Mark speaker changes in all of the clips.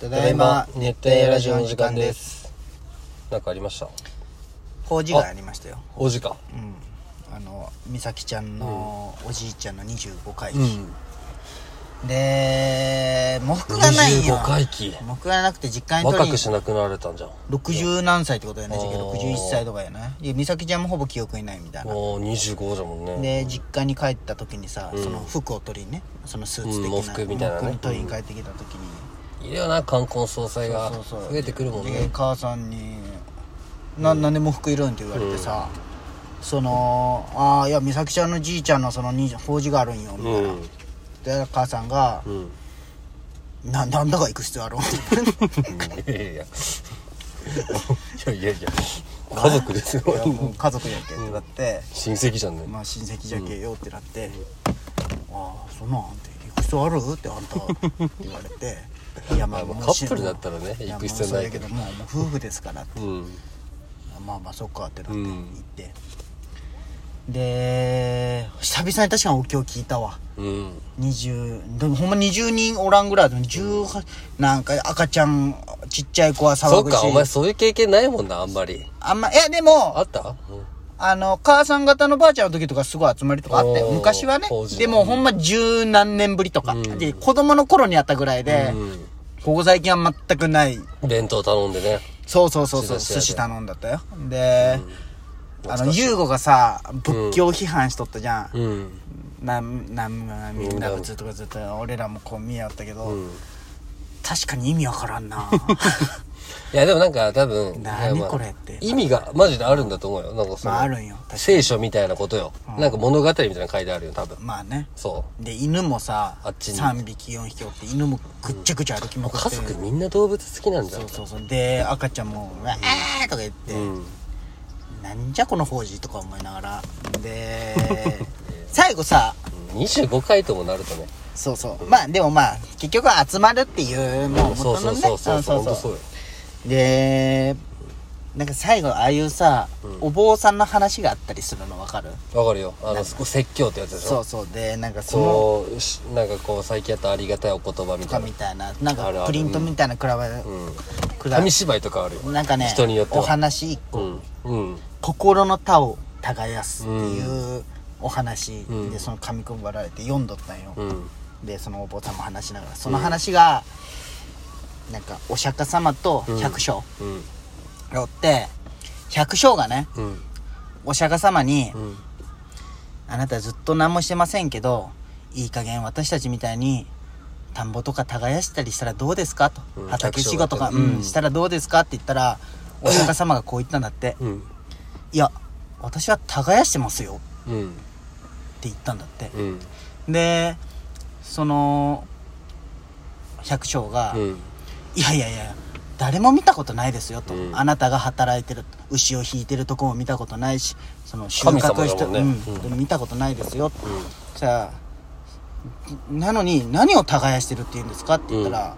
Speaker 1: ただいま熱帯夜ラジオの時間です
Speaker 2: すなんかありました
Speaker 1: 工事がありましたよ
Speaker 2: お時間
Speaker 1: うんあの美咲ちゃんのおじいちゃんの25回忌、
Speaker 2: うん
Speaker 1: で喪服がないんよ
Speaker 2: 25回忌
Speaker 1: 喪服がなくて実家に取
Speaker 2: 若
Speaker 1: り
Speaker 2: く
Speaker 1: に
Speaker 2: しなくなられたんじゃん
Speaker 1: 60何歳ってことだよね
Speaker 2: あー
Speaker 1: 時期61歳とかやねで美咲ちゃんもほぼ記憶にないみたいな
Speaker 2: もう25じゃもん
Speaker 1: で
Speaker 2: ね
Speaker 1: 実家に帰った時にさ、
Speaker 2: うん
Speaker 1: その服を取りにねそのスーツ的な、
Speaker 2: うん喪服みたいなね
Speaker 1: 喪服に取りに帰ってきた時に、
Speaker 2: いるよな冠婚葬祭が
Speaker 1: そうそうそう
Speaker 2: 増えてくるもん
Speaker 1: で
Speaker 2: ね
Speaker 1: 母さんに「ななんで喪服いるん?」って言われてさ、その「ああいや美咲ちゃんのじいちゃんのそのに法事があるんよ」みた
Speaker 2: う
Speaker 1: いな、
Speaker 2: ん
Speaker 1: で母さんが
Speaker 2: うん
Speaker 1: 「ななんだか行く必要あるん?」
Speaker 2: いやいやいやいやいやいや家族ですよ
Speaker 1: い やもう家族やけ」ってなって、
Speaker 2: 親戚じゃんね
Speaker 1: まあ親戚じゃけよってなって「ああそんなん」って「行く必要ある?」ってあんたっ て言われて。いやま
Speaker 2: まあカップルだったらね行く必要ないけど
Speaker 1: やまあそうやけどもうもう夫婦ですからって
Speaker 2: うん
Speaker 1: まあまあそっかってなって
Speaker 2: うん
Speaker 1: 行って、で久々に確かにお経聞いたわ
Speaker 2: うん
Speaker 1: 20でもほんま20人おらんぐらいだね18なんか赤ちゃんちっちゃい子は
Speaker 2: そ
Speaker 1: 騒
Speaker 2: う
Speaker 1: ぐ
Speaker 2: かお前
Speaker 1: し
Speaker 2: そういう経験ないもんなあんまり
Speaker 1: あんまいやでも
Speaker 2: あったうん
Speaker 1: あの母さん方のばあちゃんの時とかすごい集まりとかあったよ
Speaker 2: おー
Speaker 1: 昔はね
Speaker 2: 当時の
Speaker 1: でもほんま十何年ぶりとか、
Speaker 2: うん
Speaker 1: で子供の頃にあったぐらいで、
Speaker 2: うん
Speaker 1: ここ最近は全くない
Speaker 2: 弁当頼んでね
Speaker 1: そうそうそうそう
Speaker 2: 寿司
Speaker 1: 寿
Speaker 2: 屋で
Speaker 1: 司頼んだったよで、あの
Speaker 2: 懐かしい
Speaker 1: 優吾がさ仏教批判しとったじゃん、
Speaker 2: うん
Speaker 1: なんなんなんみんな
Speaker 2: う
Speaker 1: が
Speaker 2: ん
Speaker 1: ずっとずっと俺らもこう見合ったけど、
Speaker 2: うん
Speaker 1: 確かに意味わからん な
Speaker 2: いやでもなんか多分
Speaker 1: 何
Speaker 2: いやまあ
Speaker 1: これって
Speaker 2: 意味がマジであるんだと思うよなんかその、
Speaker 1: まああるんよ確かに
Speaker 2: 聖書みたいなことよ、なんか物語みたいなの書いてあるよ多分
Speaker 1: まあね
Speaker 2: そ
Speaker 1: で犬もさ
Speaker 2: あっちに
Speaker 1: 3匹4匹おって犬もぐっちゃぐちゃ歩き
Speaker 2: うも
Speaker 1: ま
Speaker 2: う
Speaker 1: くっ
Speaker 2: 家
Speaker 1: て
Speaker 2: 族みんな動物好きなんじゃん
Speaker 1: そうそうそうで赤ちゃんも「うわー!」とか言って、
Speaker 2: うん
Speaker 1: なんじゃこの法事とか思いながらで最後さ
Speaker 2: 25回ともなるとね
Speaker 1: そうそうまあでもまあ結局は集まるっていうもう
Speaker 2: そう
Speaker 1: 元
Speaker 2: そ
Speaker 1: の
Speaker 2: う
Speaker 1: ね
Speaker 2: そうそ
Speaker 1: そ
Speaker 2: うそう
Speaker 1: そ
Speaker 2: うそうう
Speaker 1: そ
Speaker 2: そううよ
Speaker 1: でなんか最後ああいうさ、お坊さんの話があったりするの分かる
Speaker 2: わかるよあのそこ説教ってやつでし
Speaker 1: そ
Speaker 2: ょ
Speaker 1: うそうでなんかその
Speaker 2: こうしなんかこう最近やったありがたいお言葉み
Speaker 1: と
Speaker 2: た
Speaker 1: か
Speaker 2: いな
Speaker 1: みたいななん
Speaker 2: あるあ
Speaker 1: かプ
Speaker 2: る
Speaker 1: リントみたいな比べ、
Speaker 2: うん
Speaker 1: くら
Speaker 2: 紙芝居とかあるよ
Speaker 1: なんかね
Speaker 2: 人によっては
Speaker 1: お話一個、
Speaker 2: うんうん
Speaker 1: 心の田を耕すっていうお話で、
Speaker 2: うん
Speaker 1: その紙くばられて読んどったんよ、
Speaker 2: うん
Speaker 1: でそのお坊さんも話しながらその話が、なんかお釈迦様と百姓
Speaker 2: うん
Speaker 1: がおって百姓がね
Speaker 2: うん
Speaker 1: お釈迦様に、
Speaker 2: うん
Speaker 1: あなたずっと何もしてませんけどいい加減私たちみたいに田んぼとか耕したりしたらどうですかと、
Speaker 2: うん
Speaker 1: 畑仕事が、
Speaker 2: 百姓だった
Speaker 1: う、
Speaker 2: らうんん
Speaker 1: したらどうですかって言ったらお釈迦様がこう言ったんだって
Speaker 2: うん
Speaker 1: 「いや私は耕してますよ」
Speaker 2: うん
Speaker 1: って言ったんだって、
Speaker 2: うん
Speaker 1: でその百姓が「
Speaker 2: うん
Speaker 1: いやいやいや誰も見たことないですよと、
Speaker 2: うん
Speaker 1: あなたが働いてる牛を引いてるとこも見たことないしその収
Speaker 2: 神様
Speaker 1: 穫
Speaker 2: だ
Speaker 1: して、
Speaker 2: もんね
Speaker 1: うん
Speaker 2: うん
Speaker 1: 見たことないですよ、さあなのに何を耕してるって言うんですかって言ったら、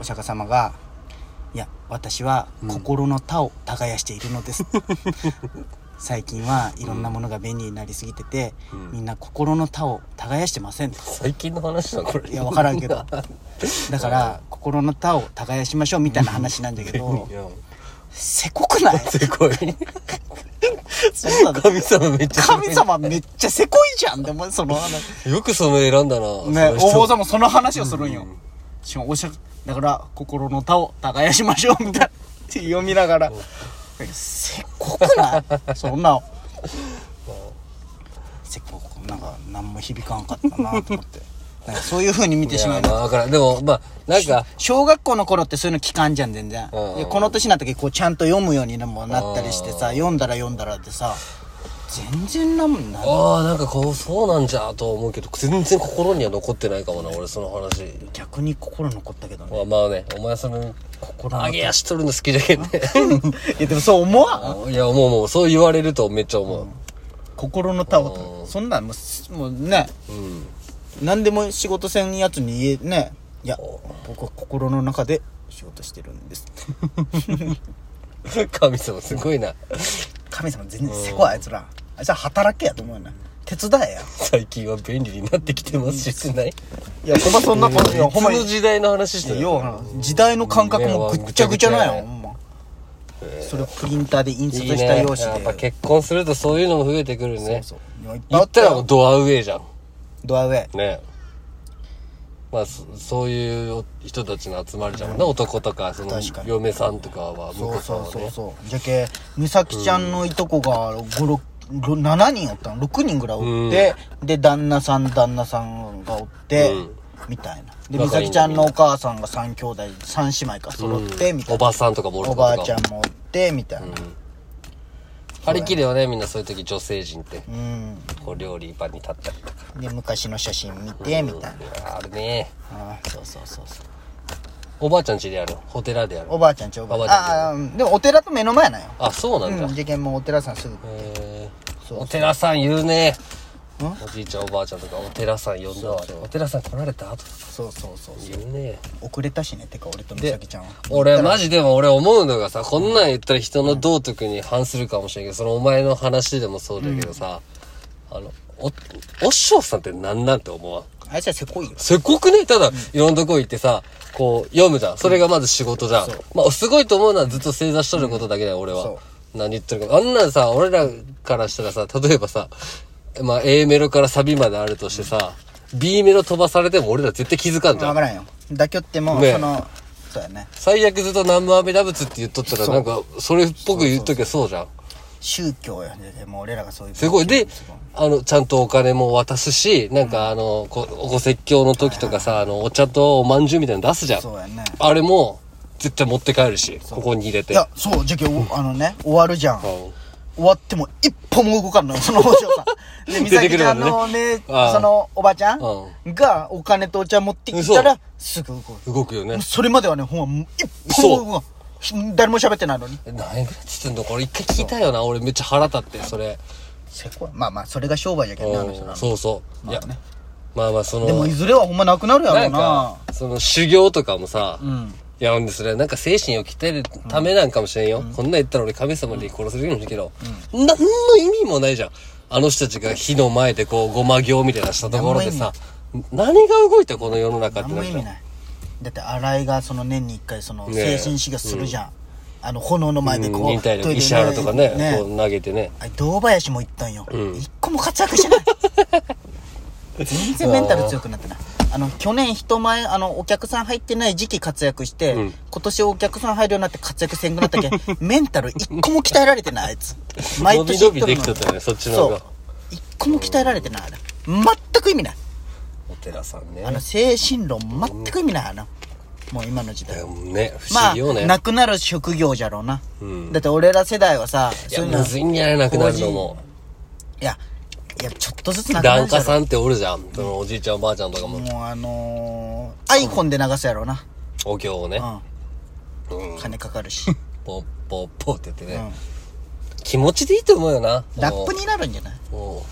Speaker 1: お釈迦様が「いや私は心の田を耕しているの です」最近はいろんなものが便利になりすぎてて、
Speaker 2: ん
Speaker 1: みんな心の田を耕してませんと。
Speaker 2: 最近の話だこれ
Speaker 1: いや分からんけどだから心の田を耕しましょうみたいな話なんだけど
Speaker 2: いや
Speaker 1: せこくない
Speaker 2: すごい
Speaker 1: そうだね
Speaker 2: 神様めっちゃ
Speaker 1: 神様めっちゃせこいじゃんでもその話
Speaker 2: よくその選んだな
Speaker 1: ねお坊さん
Speaker 2: ん
Speaker 1: もその話をするんよしかもおしゃだから心の田を耕しましょうみたいなって読みながらせこくないそんなせこくなんか何も響かんかったなと思ってなんかそういうふうに見てしまう
Speaker 2: まあわからんでもまあなんか
Speaker 1: 小学校の頃ってそういうの聞かんじゃん全然、
Speaker 2: うんうん
Speaker 1: でこの年になった時こうちゃんと読むようにもなったりしてさ、読んだら読んだらってさ全然なんもんな
Speaker 2: ああなんかこうそうなんじゃと思うけど全然心には残ってないかもな俺その話
Speaker 1: 逆に心残ったけどね
Speaker 2: まあまあねお前その
Speaker 1: 心の
Speaker 2: 上げ足取るの好きだけどね
Speaker 1: いやでもそう思わん
Speaker 2: いやもうもうそう言われるとめっちゃ思
Speaker 1: 心のタオとそんなんもうすもうね
Speaker 2: ううん
Speaker 1: 何でも仕事せんやつに言えねいや僕は心の中で仕事してるん です
Speaker 2: 神様すごいな
Speaker 1: 神様全然せこいあいつらあいつら働けやと思うよな手伝えや
Speaker 2: 最近は便利になってきてますししてない
Speaker 1: いやほんまそんな感じ
Speaker 2: い
Speaker 1: よほんま
Speaker 2: つ
Speaker 1: に
Speaker 2: の時代の話して
Speaker 1: い
Speaker 2: る
Speaker 1: やような時代の感覚もぐっちゃぐちゃなん
Speaker 2: ね
Speaker 1: や
Speaker 2: え
Speaker 1: ほんまそれをプリンターで印刷した用紙で
Speaker 2: やっぱ結婚するとそういうのも増えてくるね
Speaker 1: そうそういやいっぱい
Speaker 2: 言
Speaker 1: あ
Speaker 2: っ
Speaker 1: った
Speaker 2: たら
Speaker 1: よ
Speaker 2: もうドアウェイじゃん
Speaker 1: ドアウェイ
Speaker 2: ねまあそそういう人たちの集まりじゃんね男とかその
Speaker 1: 確かに
Speaker 2: 嫁さんとかは向
Speaker 1: そ
Speaker 2: こ
Speaker 1: う
Speaker 2: うさん
Speaker 1: そう
Speaker 2: は
Speaker 1: そう
Speaker 2: ね
Speaker 1: そうじゃけ美咲ちゃんのいとこが5 6 7人おったの6人ぐらいおって、で旦那さん旦那さんがおって、
Speaker 2: うん
Speaker 1: みたいなで美
Speaker 2: 仲いい
Speaker 1: 咲
Speaker 2: ん
Speaker 1: ちゃ
Speaker 2: だ
Speaker 1: んのお母さんが3兄弟3姉妹か揃って、みた
Speaker 2: お
Speaker 1: いな
Speaker 2: ばさんとかもおる
Speaker 1: お
Speaker 2: と
Speaker 1: ば
Speaker 2: か
Speaker 1: あちゃんもおってみたいな
Speaker 2: 張り切るよねみんなそういう時女性陣って
Speaker 1: うん、
Speaker 2: こう料理場に立ったりとか
Speaker 1: で昔の写真見てみたいな、
Speaker 2: あるね
Speaker 1: ああそうそうそうそう
Speaker 2: おばあちゃん家でやるホテラでやる
Speaker 1: おばあちゃんちおばあちゃんああ
Speaker 2: お
Speaker 1: うんでもお寺と目の前なんよ
Speaker 2: あそうなんだ、
Speaker 1: うん
Speaker 2: へ
Speaker 1: 事件もお寺さんすぐ
Speaker 2: え
Speaker 1: そう
Speaker 2: お寺さん言うね
Speaker 1: ん
Speaker 2: おじいちゃんおばあちゃんとかお寺さん呼んだわあれお寺さん来られたとか
Speaker 1: そうそうそうそう
Speaker 2: 言うね
Speaker 1: 遅れたしねてか俺と美
Speaker 2: で
Speaker 1: 咲ちゃんは
Speaker 2: 俺マジでも俺思うのがさこんなん言ったら人の道徳に反するかもしれんけどそのお前の話でもそうだけどさ、あのおお師匠さんって何なんて思わん
Speaker 1: あいつはせこいよ
Speaker 2: すごくねただ、いろんなとこ行ってさ、こう、読むじゃん。それがまず仕事じゃん。まあ、すごいと思うのはずっと正座しとることだけだよ、俺は
Speaker 1: そ。
Speaker 2: 何言ってるか。あんなんさ、俺らからしたらさ、例えばさ、まあ、A メロからサビまであるとしてさ、B メロ飛ばされても俺ら絶対気づかんじゃ
Speaker 1: 分
Speaker 2: ん
Speaker 1: か。らんよ妥協ってもう
Speaker 2: ねえ
Speaker 1: そのそうやね
Speaker 2: 最悪ずっと南無阿弥陀仏って言っとったら、なんか、それっぽく言っときゃそうじゃん。
Speaker 1: 宗教やねでも俺らがそういう
Speaker 2: すごい。で、あの、ちゃんとお金も渡すし、なんかあの、こご説教の時とかさ、あの、お茶とお饅頭みたいなの出すじゃん。
Speaker 1: そうやね
Speaker 2: あれも、絶対持って帰るし、ここに入れ
Speaker 1: い
Speaker 2: て。
Speaker 1: やそうじゃけおあのね終わるじゃん
Speaker 2: うん
Speaker 1: 終わっても一歩も動かんのよそのお嬢さんで美
Speaker 2: 出て
Speaker 1: 咲
Speaker 2: くる
Speaker 1: ち
Speaker 2: も
Speaker 1: ゃ
Speaker 2: ん
Speaker 1: ん
Speaker 2: ね
Speaker 1: のね
Speaker 2: ああ
Speaker 1: そのおばちゃん
Speaker 2: う
Speaker 1: がお金とお茶持ってきた
Speaker 2: う
Speaker 1: らすぐ動く
Speaker 2: 動くよね
Speaker 1: もう。それまではねほんまもう一歩も動かん誰も喋ってないのに
Speaker 2: え何円ぐらいっつってんのこれ一回聞いたよな。俺めっちゃ腹立って、それ。
Speaker 1: せこいまあまあそれが商売じゃけんなあの人
Speaker 2: うん
Speaker 1: な
Speaker 2: そうそう。いや、まあまあ、その、
Speaker 1: でもいずれはほんまなくなるやろ
Speaker 2: な
Speaker 1: うんな
Speaker 2: か、その修行とかもさ、
Speaker 1: ん
Speaker 2: いや、ほんでそれ、なんか精神を鍛えるためなんかもしれんよ。こんなん言ったら俺神様に殺されるんだけど、なん、何の意味もないじゃん。あの人たちが火の前でこう、ごま行みたいなしたところでさ、何が動いたこの世の中っ
Speaker 1: 何
Speaker 2: て
Speaker 1: も
Speaker 2: なる
Speaker 1: 意
Speaker 2: じゃ
Speaker 1: 味
Speaker 2: ん
Speaker 1: ないだって新井がその年に一回その
Speaker 2: ねえ
Speaker 1: 精神指揮するじゃん、あの炎の前でこう、
Speaker 2: うん忍耐
Speaker 1: トイレで
Speaker 2: 力、石原とかね、こう投げてね。
Speaker 1: あれ堂林も行ったんよ、一個も活躍して ない全然メンタル強くなってないあの去年人前あのお客さん入ってない時期活躍して、今年お客さん入るようになって活躍せんくな ったけんメンタル一個も鍛えられてないあいつ毎年
Speaker 2: 伸び伸び
Speaker 1: 行
Speaker 2: で
Speaker 1: っ
Speaker 2: き
Speaker 1: と
Speaker 2: と
Speaker 1: るのに
Speaker 2: ったよね、そっちの
Speaker 1: そ
Speaker 2: 方
Speaker 1: う
Speaker 2: が。
Speaker 1: 一個も鍛えられてないあれ全く意味ない
Speaker 2: お寺さんね。
Speaker 1: あの精神論全く意味ないあのもう今の時代
Speaker 2: ね、不
Speaker 1: ま
Speaker 2: 思
Speaker 1: あ
Speaker 2: 議よね。
Speaker 1: なくなる職業じゃろうな、
Speaker 2: ん
Speaker 1: だって俺ら世代はさ
Speaker 2: いや、
Speaker 1: の
Speaker 2: むずいんじゃないなくなるのも。
Speaker 1: いやいやちょっとずつなくな
Speaker 2: 檀
Speaker 1: るじゃ
Speaker 2: 家
Speaker 1: ろ
Speaker 2: さんっておるじゃん。そのおじいちゃんおばあちゃんとかも、
Speaker 1: もうあのー、iPhone で流すやろうな、
Speaker 2: お経をね、
Speaker 1: うん、金かかるし
Speaker 2: ポッポッポって言ってね。気持ちでいいと思うよな。
Speaker 1: ラップになるんじゃない
Speaker 2: もう。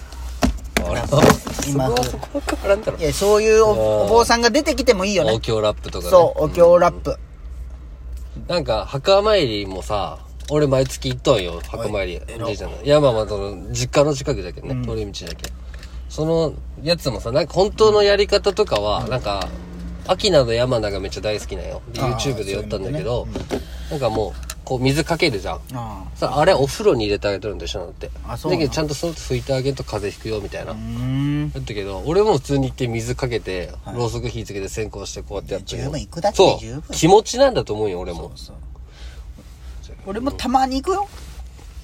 Speaker 2: あれ
Speaker 1: ラッ
Speaker 2: は、
Speaker 1: プ
Speaker 2: そ
Speaker 1: 今
Speaker 2: こは
Speaker 1: 風
Speaker 2: そこは変わらんだろ
Speaker 1: い。やそういうおお坊さんが出てきてもいいよ
Speaker 2: お
Speaker 1: ね
Speaker 2: 経ラップとかね。
Speaker 1: そうお経ラップ、
Speaker 2: なんか、墓参りもさ、俺毎月行っとんよ、墓参り。
Speaker 1: 偉い
Speaker 2: じいちゃんの。山まあその、実家の近くだけどね、通り道だけ。その、やつもさ、なんか本当のやり方とかは、なんか、秋名の山名がめっちゃ大好きなんよ。で、
Speaker 1: あー
Speaker 2: YouTube で寄ったんだけど、なんかもう、こう水かけるじゃん。
Speaker 1: あ
Speaker 2: さ、あれお風呂に入れてあげとるんでしょなんだって。
Speaker 1: あ
Speaker 2: だ
Speaker 1: そうな
Speaker 2: け
Speaker 1: の
Speaker 2: どちゃんとその後拭いてあげんと風邪ひくよ、みたいな。
Speaker 1: あうーん
Speaker 2: だったけど、俺も普通に行って水かけて、ろうそく火つけて線香してこうやってやってるよ
Speaker 1: 十分行くだけで
Speaker 2: そ
Speaker 1: 十分
Speaker 2: う。気持ちなんだと思うよ、俺も。
Speaker 1: そう俺もたまに行くよ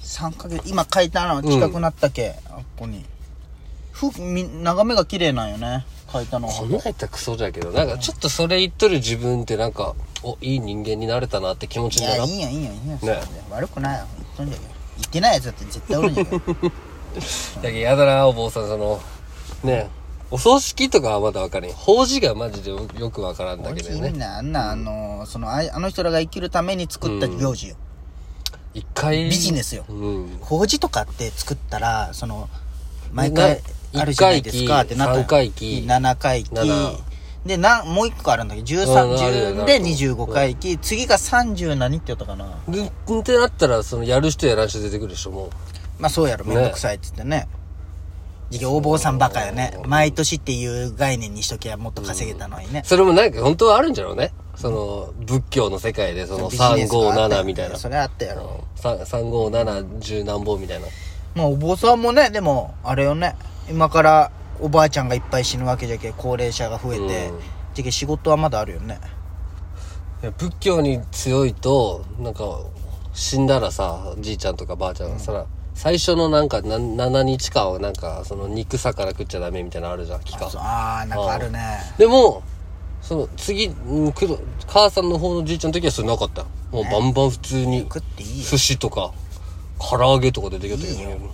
Speaker 1: 3ヶ月今書いたの近くなったけ、あっこにふみ眺めが綺麗なんよね書いたの
Speaker 2: こんなんやったらクソだけど、なんかちょっとそれ言っとる自分ってなんか、お、いい人間になれたなって気持ち
Speaker 1: い
Speaker 2: にな
Speaker 1: や
Speaker 2: ら
Speaker 1: い
Speaker 2: ん
Speaker 1: いよいいよいいよ、
Speaker 2: ね
Speaker 1: 悪くないよ言っとんじゃけど言ってないやつだって絶対おるんじゃけど
Speaker 2: だけどやだな、お坊さん、その、ねお葬式とかはまだわかるんよ。法事がマジでよよくわからんだけど
Speaker 1: みん
Speaker 2: ね。
Speaker 1: なあんなあのそのああの人らが生きるために作った行事よ、
Speaker 2: 一回。
Speaker 1: ビジネスよ
Speaker 2: うん。
Speaker 1: 法事とかって作ったらその毎
Speaker 2: 毎
Speaker 1: 回
Speaker 2: 回
Speaker 1: あるじゃないですかってなった
Speaker 2: 一回忌
Speaker 1: 7回忌
Speaker 2: 七
Speaker 1: でなもう一個あるんだけど
Speaker 2: うんあるよ
Speaker 1: 1310
Speaker 2: な
Speaker 1: で25回忌次が30何って言ったかな
Speaker 2: でってなったら、その、やる人やらん人出てくるでしょ、もう。
Speaker 1: まあそうやろめんどくさいっつってねじゃあお坊さんばかやね毎年っていう概念にしときゃもっと稼げたのにね、
Speaker 2: それもなんか本当はあるんじゃろうね。その、仏教の世界で、その、357みたいな。
Speaker 1: それあったやろ、
Speaker 2: さ357、十何本みたいな。
Speaker 1: まあお坊さんもねでもあれよね今からおばあちゃんがいっぱい死ぬわけじゃけ高齢者が増えて、
Speaker 2: うん
Speaker 1: じゃけ仕事はまだあるよね
Speaker 2: いや仏教に強いと、なんか、死んだらさ、じいちゃんとかばあちゃんがさ、最初のなんか、な7日間はなんか、その、肉魚食っちゃダメみたいなのあるじゃん、期間。
Speaker 1: そうああなんかあるね
Speaker 2: でも、その、次、うんくる母さんの方のじいちゃんの時はそれなかったよ。もうバンバン普通に、
Speaker 1: 食っていいよ
Speaker 2: 寿司とか、唐揚げとか出てきたけど
Speaker 1: いいよ
Speaker 2: ね。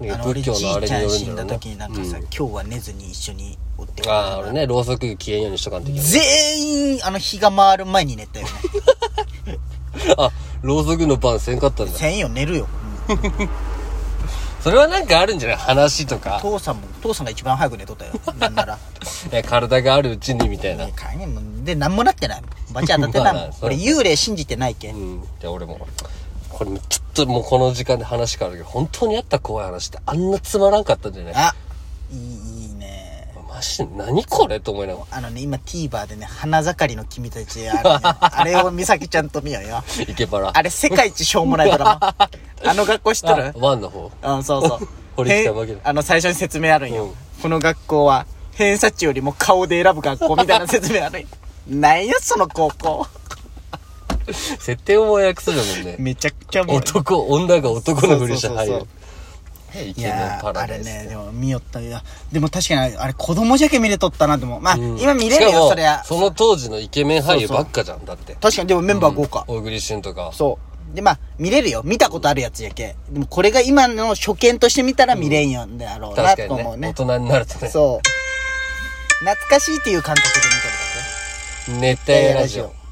Speaker 2: ね
Speaker 1: あの俺
Speaker 2: 仏
Speaker 1: じ
Speaker 2: 教
Speaker 1: い
Speaker 2: のあれ
Speaker 1: ち
Speaker 2: に
Speaker 1: ゃ
Speaker 2: よ
Speaker 1: ん
Speaker 2: る
Speaker 1: 死
Speaker 2: ん
Speaker 1: ん
Speaker 2: だ
Speaker 1: だ
Speaker 2: ろうね
Speaker 1: 時になんかさ、今日は寝ずに一緒におってくれた
Speaker 2: ああ、俺ね、ろうそく消えんようにしとかんといけない。
Speaker 1: 全員あの日が回る前に寝た よね
Speaker 2: あ、ろうそくの番せんかったんだ。
Speaker 1: せんよ寝るよ
Speaker 2: それはなんかあるんじゃない話とか。
Speaker 1: 父さんも父さんが一番早く寝とったよなんなら
Speaker 2: え体があるうちにみたいな。
Speaker 1: 帰りもんで何もなってないもんバチ当たってないも
Speaker 2: まあ
Speaker 1: ん
Speaker 2: そう
Speaker 1: 俺幽霊信じてないけ、
Speaker 2: うん。じゃあ俺も。これちょっともうこの時間で話変わるけど、本当にあった怖い話ってあんなつまらんかったんじゃない
Speaker 1: あいいいいね
Speaker 2: マジで何これと思いながら。
Speaker 1: あのね今 TVer でね花盛りの君たちある ねあれを美咲ちゃんと見ようよ
Speaker 2: イケバラ。
Speaker 1: あれ世界一しょうもないドラマあの学校知っとる
Speaker 2: あワンの方。。
Speaker 1: うん、そうそう
Speaker 2: 堀北真希
Speaker 1: へんあの、最初に説明あるんよ。
Speaker 2: うん
Speaker 1: この学校は、偏差値よりも顔で選ぶ学校みたいな説明あ るんよ。なんや、その高校。
Speaker 2: 設定を訳するもんね。
Speaker 1: めちゃく ちゃお もろい
Speaker 2: 男、女が男のふりして入
Speaker 1: そう
Speaker 2: る
Speaker 1: そう。
Speaker 2: イ
Speaker 1: い
Speaker 2: ケメン
Speaker 1: や
Speaker 2: パ
Speaker 1: ーあ
Speaker 2: ラダ
Speaker 1: れ
Speaker 2: イス。
Speaker 1: ね、でも見よったいやでも確かにあれ子供じゃけ見れとったな、でも。まあ、
Speaker 2: うん
Speaker 1: 今見れる
Speaker 2: しかも
Speaker 1: よ、そりゃ。
Speaker 2: その当時のイケメン俳優ばっかじゃん、だって。
Speaker 1: 確かに、でもメンバー豪華。
Speaker 2: 大栗旬とか。
Speaker 1: そう。で、まあ、見れるよ。見たことあるやつやけ。でもこれが今の初見として見たら見れんよんだろうな、
Speaker 2: 確
Speaker 1: と
Speaker 2: か
Speaker 1: 思う
Speaker 2: にね。大
Speaker 1: ね。
Speaker 2: 人になるとね。
Speaker 1: そう。懐かしいっていう感覚で見てるだけ。
Speaker 2: 熱帯夜ラジオ。